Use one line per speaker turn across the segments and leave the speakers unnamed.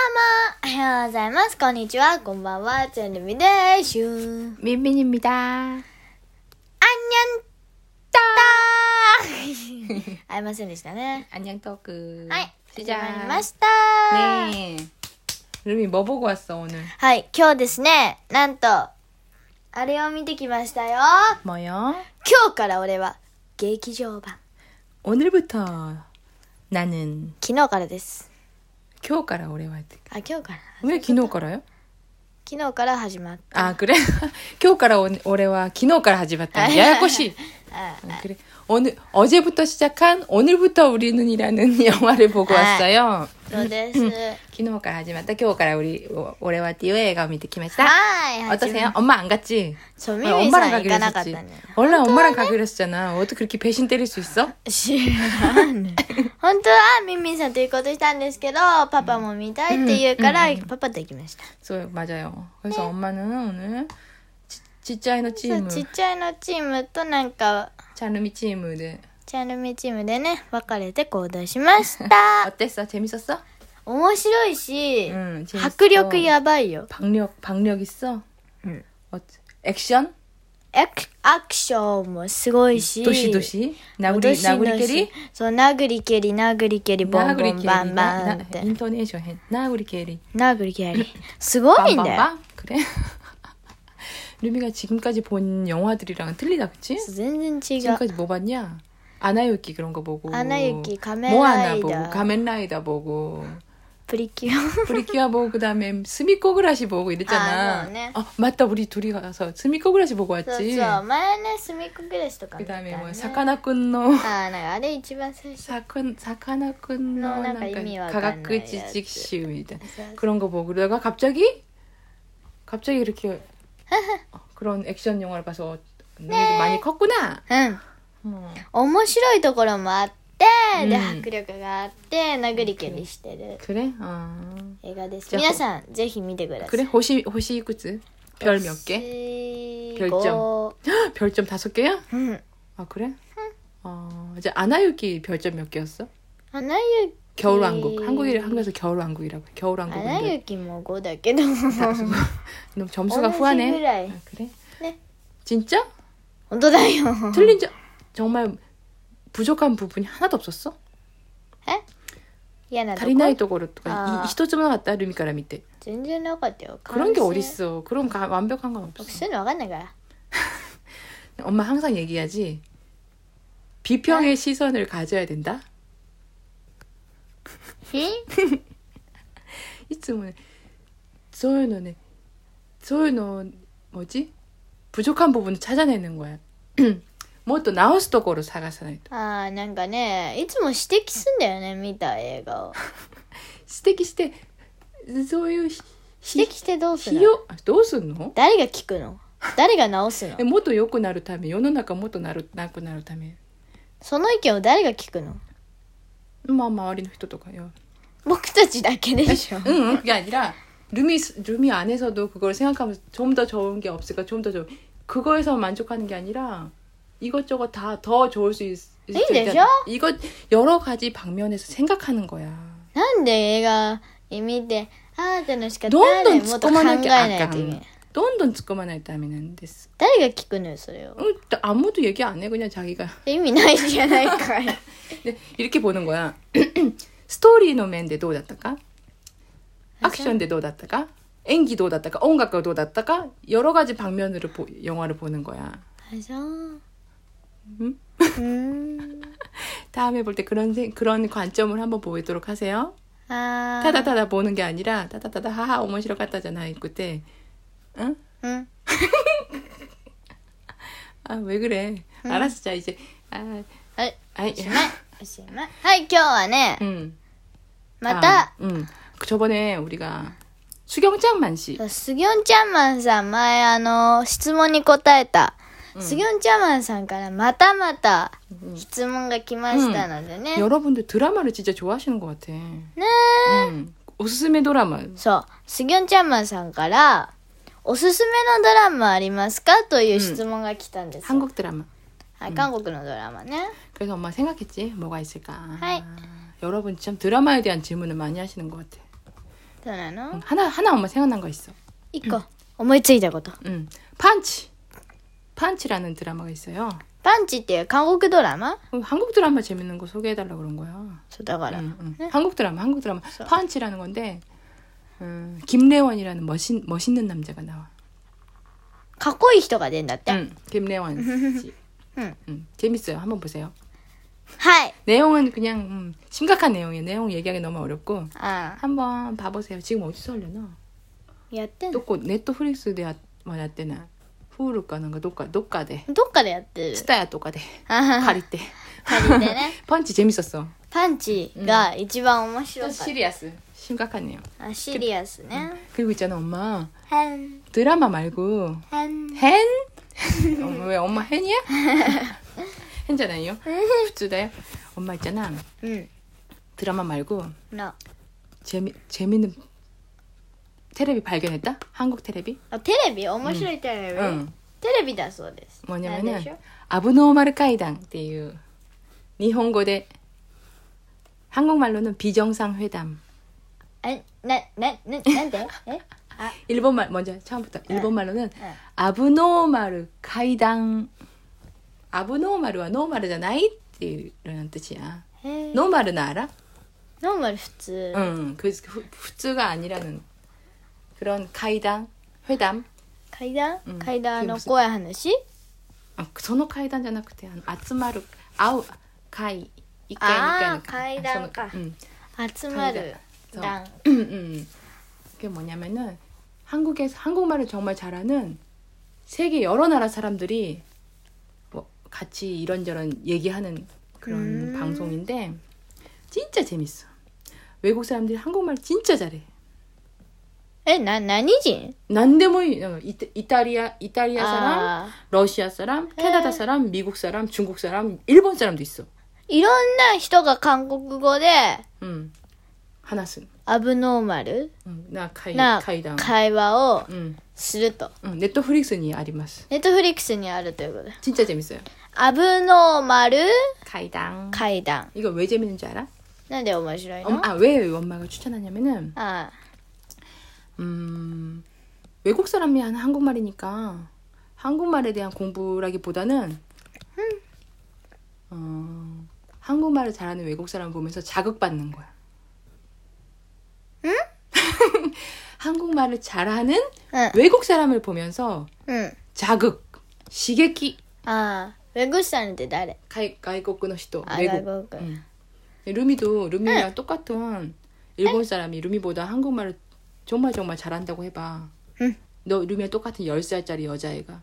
ようございます。こんにちは。こんばんは。チェンルミですシューン。
민민입니다.
안녕 다会えませんでしたね。
안녕 토크.
はい。
아, 시작.
始まりました。
네. 루미 뭐 보고 왔어 오늘?
はい、今日ですね、なんと、あれを見てきましたよ。
뭐요?
今日から俺は、劇場版。
오늘부터 나는
昨日からです。
교가라 오래 왔.
あ、今日から。
왜 기노가라요?
昨日から始まった。
아 그래? 교가라 오래와 기노가라 하지 마다. 야야코시.
あ
아, 그래. 오늘 어제부터 시작한 오늘부터 우리는이라는 영화를 보고
아.
왔어요.
そう です。
기노가라 하지 마다. 교가라 우리 오래와 띠웨 가미 듣기마시다.
はい、
어떠세요? 엄마 안 갔지?
저
아니,
미미
엄마랑
상
가기로
이가나
했었지.
갔다네.
원래 엄마랑 가기로 했었잖아. 어떻게 그렇게 배신 때릴 수 있어?
知らんね本当はミンミンさんと行こうとしたんですけどパパも見たいって言うから、パパと行きました、
그래서 맞아요. 그래서 엄마는 오늘 지- 네. 지짜이너
そう
팀,
ちっちゃいのチームとなんか
자루미 네. 팀을
チャンルミチームでね分かれて行動しました
어땠어? 재밌었어?
面白いし、
응, 재밌어.
迫力やばいよ
박력, 박력 있어?
응.
어, 액션?
アクアクションもすごいし
도시 도시? 나구리
どしどし
나구리 캐리?
そう殴り蹴り殴り蹴りボンボ
나구리
ン
캐리.
バンバン
나-
っ
나-
て
인터내셔널 해. 나구리 캐리.
殴り蹴りすごいんだよ
빵빵빵? 그래? 루미가 지금까지 본 영화들이랑 틀리다, 그치?
全然違う
지금까지 뭐 봤냐? 아나유키 그런 거 보고
아나유키, 가멘
모아나
라이더.
보고 가멘라이더 보고
プリキュア
프리키아 보고 그다음에 스미코그라시 보고 이랬잖아.
아, 그러네.
아, 맞다 우리 둘이 가서 스미코그라시 보고
そうそう
왔지.
前ね隅っこ暮らしとか見た、ね、
그다음에 뭐 사카나꾼노
あーなんかあれ一番最初
사건 사카나꾼노
너 나가 이미
가
와가나
각그
해야지.
지직시우 이다
그래서-
그런 거 보고 그러다가 갑자기 갑자기 이렇게 어, 그런 액션 영화를 봐서 너희도
네.
많이 컸구나.
うん 음.
어.
面白いところもあって、で
うん
迫力があって殴り蹴りしてる
그래? 아.
映画です
じゃあ
皆さんぜひ見てください
그래? 호시 호시 이쿠츠? 별 몇 개?
별점
별점. 별점 다섯 개야?
うん
아 그래? 어 이제 아나유키 별점 몇 개였어?
アナ雪
겨울왕국 한국이를 한국에서 겨울왕국이라고 해.
ア
겨울왕국인데
ナ雪も5だけど
너무
同
점수가
じぐ
후하네
らい
아, 그래?
네.
진짜?
本当だよ
틀린 점 정말 부족한 부분이 하나도 없었어?
嫌なとこ
다리나이 도고로가
아.
히토츠만 왔다 루미카라 밑에
全然なかったよ
그런 게
完成
어딨어 그럼 가- 완벽한 건
僕
없어
そういうの分かんないから
엄마 항상 얘기하지 비평의 시선을 가져야 된다
え
いつもねそういうのねそういうの뭐지 부족한 부분을 찾아내는 거야. もっと直すところ探さないと.
あーなんかねいつも指摘すんだよね見た映画 を
指摘してそういうひ
指摘してどうする
費
の
用あどうすんの
誰が聞くの誰が直すの
えもっと良くなるため世の中もっとなるなくなるため
その意見を誰が聞くの
まあ周りの人とかよ。
僕たちだけで しょ
응, 응, 그게 아니라 루미 스- 루미 안에서도 그걸 생각하면서 좀 더 좋은 게 없을까 좀 더 좋은 그거에서 만족하는 게 아니라 이것저것 다 더 좋을 수 있, 있을
이
텐데
되죠?
이거 여러 가지 방면에서 생각하는 거야.
なんで映画見てあーってのしか
どんどん
も
突
っ
っ
と考
込ま
えな
ない
といけ
きゃ
ない
あかん。どんどん突っ込まないためなんです。
誰が聞くのよそれを
응, 또 아무도 얘기 안 해. 그냥 자기가.
意味ないじゃないかい
근데 네, 이렇게 보는 거야. 스토리 노맨데 도다다가 액션 데 도다다가 연기 도다다가音楽 도다다가 여러 가지 방면으로 보- 영화를 보는 거야.
あじゃあうんーん
다음에 볼 때 그런 생- 그런 관점을 한번 보이도록 하세요.
あー
타다타다 보는 게 아니라 타다타다 하하 오모시로 갔다잖아 그때. 응?
うん
아 왜 그래? 알았어 자 이제 아,
はい
아이.
おしまいおしまいはい今日はね
응.
また、
아, 응. 그 저번에 우리가 수경장만 씨.
スギョンチャンマンさん、前あの、質問に答えた、スギョンチャンマンさんからまたまた質問が来ましたのでね。
여러분들 드라마를 진짜 좋아하시는 것 같아.
네.
응. 오스스메 음. 드라마.
そう、スギョンチャンマンさんから、おすすめのドラマありますかという質問が来たんですよ、
한국 드라마.
はい、韓国のドラマね。
그래서 엄마 생각했지. 뭐가 있을까?
하이.
여러분 참 드라마에 대한 질문을 많이 하시는 것 같아.
そうな
응
の
하나 하나 엄마 생각난 거 있어.
一個思いついたこと
응. 판치. 판치라는 드라마가 있어요.
パンチっていう韓国ドラマ
어, 한국 드라마 재밌는 거 소개해달라 그런 거야.
そうだから、
응, 응. 한국 드라마, 한국 드라마. 판치라는 건데 음, 김래원이라는 멋있 멋있는 남자가 나와.
かっこいい人が出るんだって、
응, 김래원 씨.
응.
응, 재밌어요. 한번 보세요.
はい
내용은 그냥 음, 심각한 내용이에요. 내용 얘기하기 너무 어렵고
あ
한번 봐보세요. 지금 어디서 하려나?
あやってんの
도코 넷플릭스 대화 왔대나 후루카는가 도카 도카대
どっかでやってる
스타야 도카대
あはは
가리 때
借りてね
펀치 재밌었어.
パンチが一番面白かった、
시리아스 심각하네요.
あシリアスね
그리고 있잖아 엄마
へん
드라마 말고
へん
헨? 어, 왜 엄마 헨이야? 헨잖아요. 후추다요. 엄마 있잖아
うん
드라마 말고
な
재미 재밌는 테레비 발견했다? 한국 테레비?
あテレビ面白いテレビ、
응.
テレビだそうですなんでし
뭐냐면은
ょ
아브노멀 회담 っていう 일본어대 한국말로는 비정상 회담.
えななな なんでえあ
일본말 먼저 처음부터 일본말로는
네.
아브노멀 회담. 아브노멀은 노멀じゃないっていう이런 뜻이야.
へえ
노멀은 알아?
네. ノーマル普通、
응. 그 후쯔가 아니라는 그런 회담, 회담.
階段、
うん
階段の怖い話
아, 그 선호 회담じゃなくて 아츠마루 아우 가이
아,
이까이니까
가이단 가.
응.
集まる
階
段
段 음. 그게 뭐냐면은 한국에서 한국말을 정말 잘하는 세계 여러 나라 사람들이 뭐 같이 이런저런 얘기하는 그런
음.
방송인데 진짜 재밌어. 외국 사람들이 한국말 진짜 잘해.
えな何人
난데모 어, 이탈리아 이탈리아 네. 사람,
あー
러시아 사람,
에.
캐나다 사람, 미국 사람, 중국 사람, 일본 사람도 있어.
いろんな人が韓国語で
음. 하나씩.
アブノーマル
음, 나 카이
な
카이당.
会話を
음.
すると
음, 넷플릭스니 아리마스.
ネットフリックスにあるということで
진짜 재밌어요.
アブノーマル
가이당.
階段
이거 왜 재밌는지 알아?
なんで面白いの、
엄, 아, 왜 엄마가 추천하냐면은,
あ
음, 외국 사람이 하는 한국말이니까, 한국말에 대한 공부라기보다는, 음. 어, 한국말을 잘하는 외국 사람을 보면서 자극받는 거야. 한국말을 잘하는
あ
외국 사람을 보면서
うんうん
자극, 시계기,
ああウェグさんって誰
가이, 가이코쿠노 시도,
あ外
외국.
国、
응. 네, 루미도 루미랑 똑같은 일본 사람이 루미보다 한국말을 정말 정말 잘한다고 해봐.
응.
너 루미랑 똑같은 10살짜리 여자애가.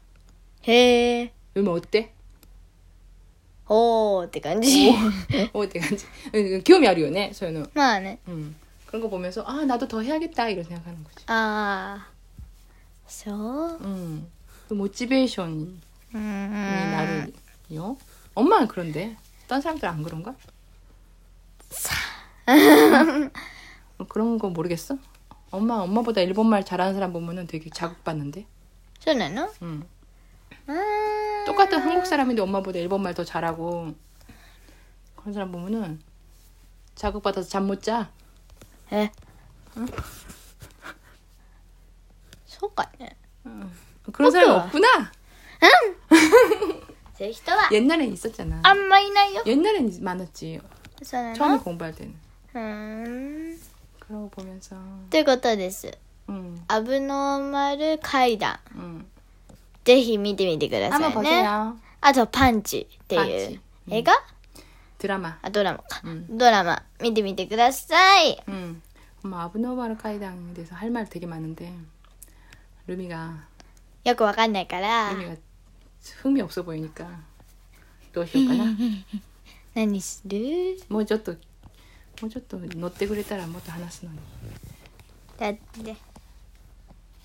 へえ
루미 어때?
おーって感じ
어때 간지? 귀염이 아리요네, 소연우.
まあね
응. 그런 거 보면서 아 나도 더 해야겠다 이런 생각하는 거지.
ああそう
응. 그 모티베이션이
うんうん
나를요. 엄마는 그런데 딴 사람들 안 그런가? 어, 그런 거 모르겠어? 엄마 엄마보다 일본말 잘하는 사람 보면은 되게 자극받는데.
そうなの
응.
うーん
똑같은 한국 사람인데 엄마보다 일본말 더 잘하고 그런 사람 보면은 자극받아서 잠 못 자.
えそうかね
그런 사람
그렇구나.
없구나.
そういう人は
옛날엔 있었잖아. 아.
あんまいないよ
옛날엔 많았지.
そうなの
처음에 공부할 때는.
うーん
그런 거 보면서
ということです
응
アブノーマル階段
응.
ぜひ見てみてくださ
한번
いね
보세요.
あとパンチって
パン
い
チ
う映画
드라마.
あドラマか、
うん
ドラマ見てみてください
응. 엄마 아브노바르 카이당에 대해서 할 말 되게 많은데 루미가
よくわかんないから、
루미가 흥미 없어 보이니까 또 쉬울까나?
何する
もうちょっともうちょっと乗ってくれたらもっと話すのに
だって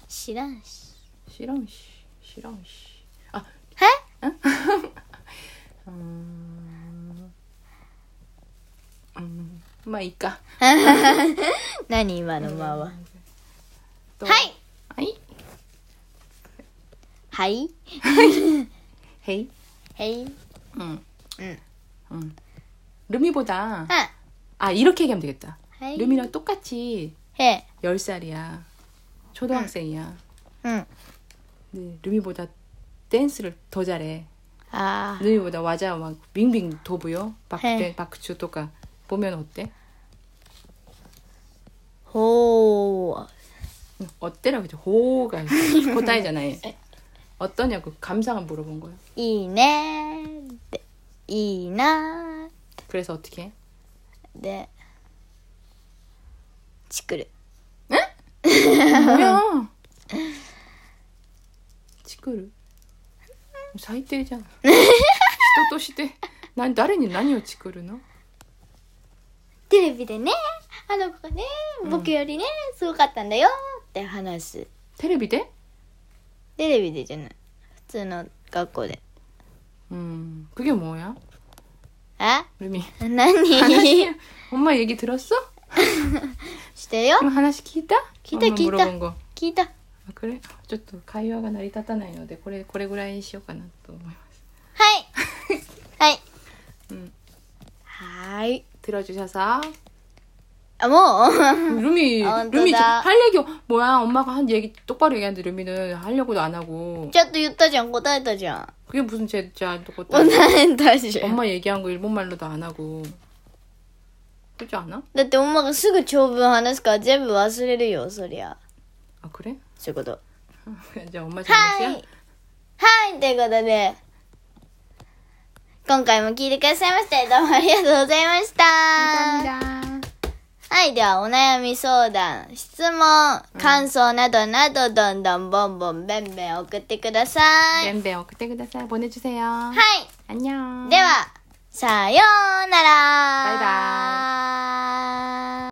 知らんし
知らんし知らんしあ
え
うーんうんまあいいか
何今の間は、
と
はい
はい
はい
へい
はい
うん
うん
うんルミ보다
あ
아 이렇게 얘기하면 되겠다
はい
루미랑 똑같이
해.
10살이야. 초등학생이야.
응.
근데 루미보다 댄스를 더 잘해.
아,
루미보다 와자 막 빙빙 도부요.
네.
박대 박추 또か 보면 어때?
오.
응, 어때라고 이제 호가 있어. 고다이잖아요. 어떠냐고 감상을 물어본 거야.
이いね 네. 이いな
그래서 어떻게? 해?
네. 치크르.
뭐야? 치크루.最低じゃん。人として、な誰に何をチクるの？
テレビでね、あの子がね、僕よりね、すごかったんだよって話す。
テレビで？
テレビでじゃない。普通の学校で。
음, 그게 뭐야?
あ
루미.
何
話 엄마 얘기 들었어?
してよ
그럼 하나씩 기타?
기타,
엄마
기타.
물어본 거.
聞 いた。
아, 그래? 네, 뭐ちょっと会話が成り立たないのでこれこれぐらいにしようかなと思います。
はい。はい。
음,
はーい。
들어주셔서
あ、 も
그 루미
어,
루미 지금
나-
할 얘기 뭐야 엄마가 한 얘기 똑바로 얘기하는데 루미는 하려고도 안 하고
うちょっと言ったじゃん。答えたじゃん。
그게 무슨 제자 또 것도
答えたじゃん。
엄마 얘기한 거 일본 말로도 안 하고 그렇지 않아?
だって엄마가すぐ長文話すから全部忘れるよ、そりゃ。
아 그래?
そういうこと。
이제 엄마
はい。
잘못이야?
はい、ということで、今回も聞いてくださいまして、どうもありがとうございました。
감사합니다.
はい、ではお悩み相談、質問、感想などなど、どんどんボンボンベンベン送ってください。は
뱀뱀 그때 그때 보내주세요.
い、 네,
안녕.
では、さようなら。
バイバ
イ。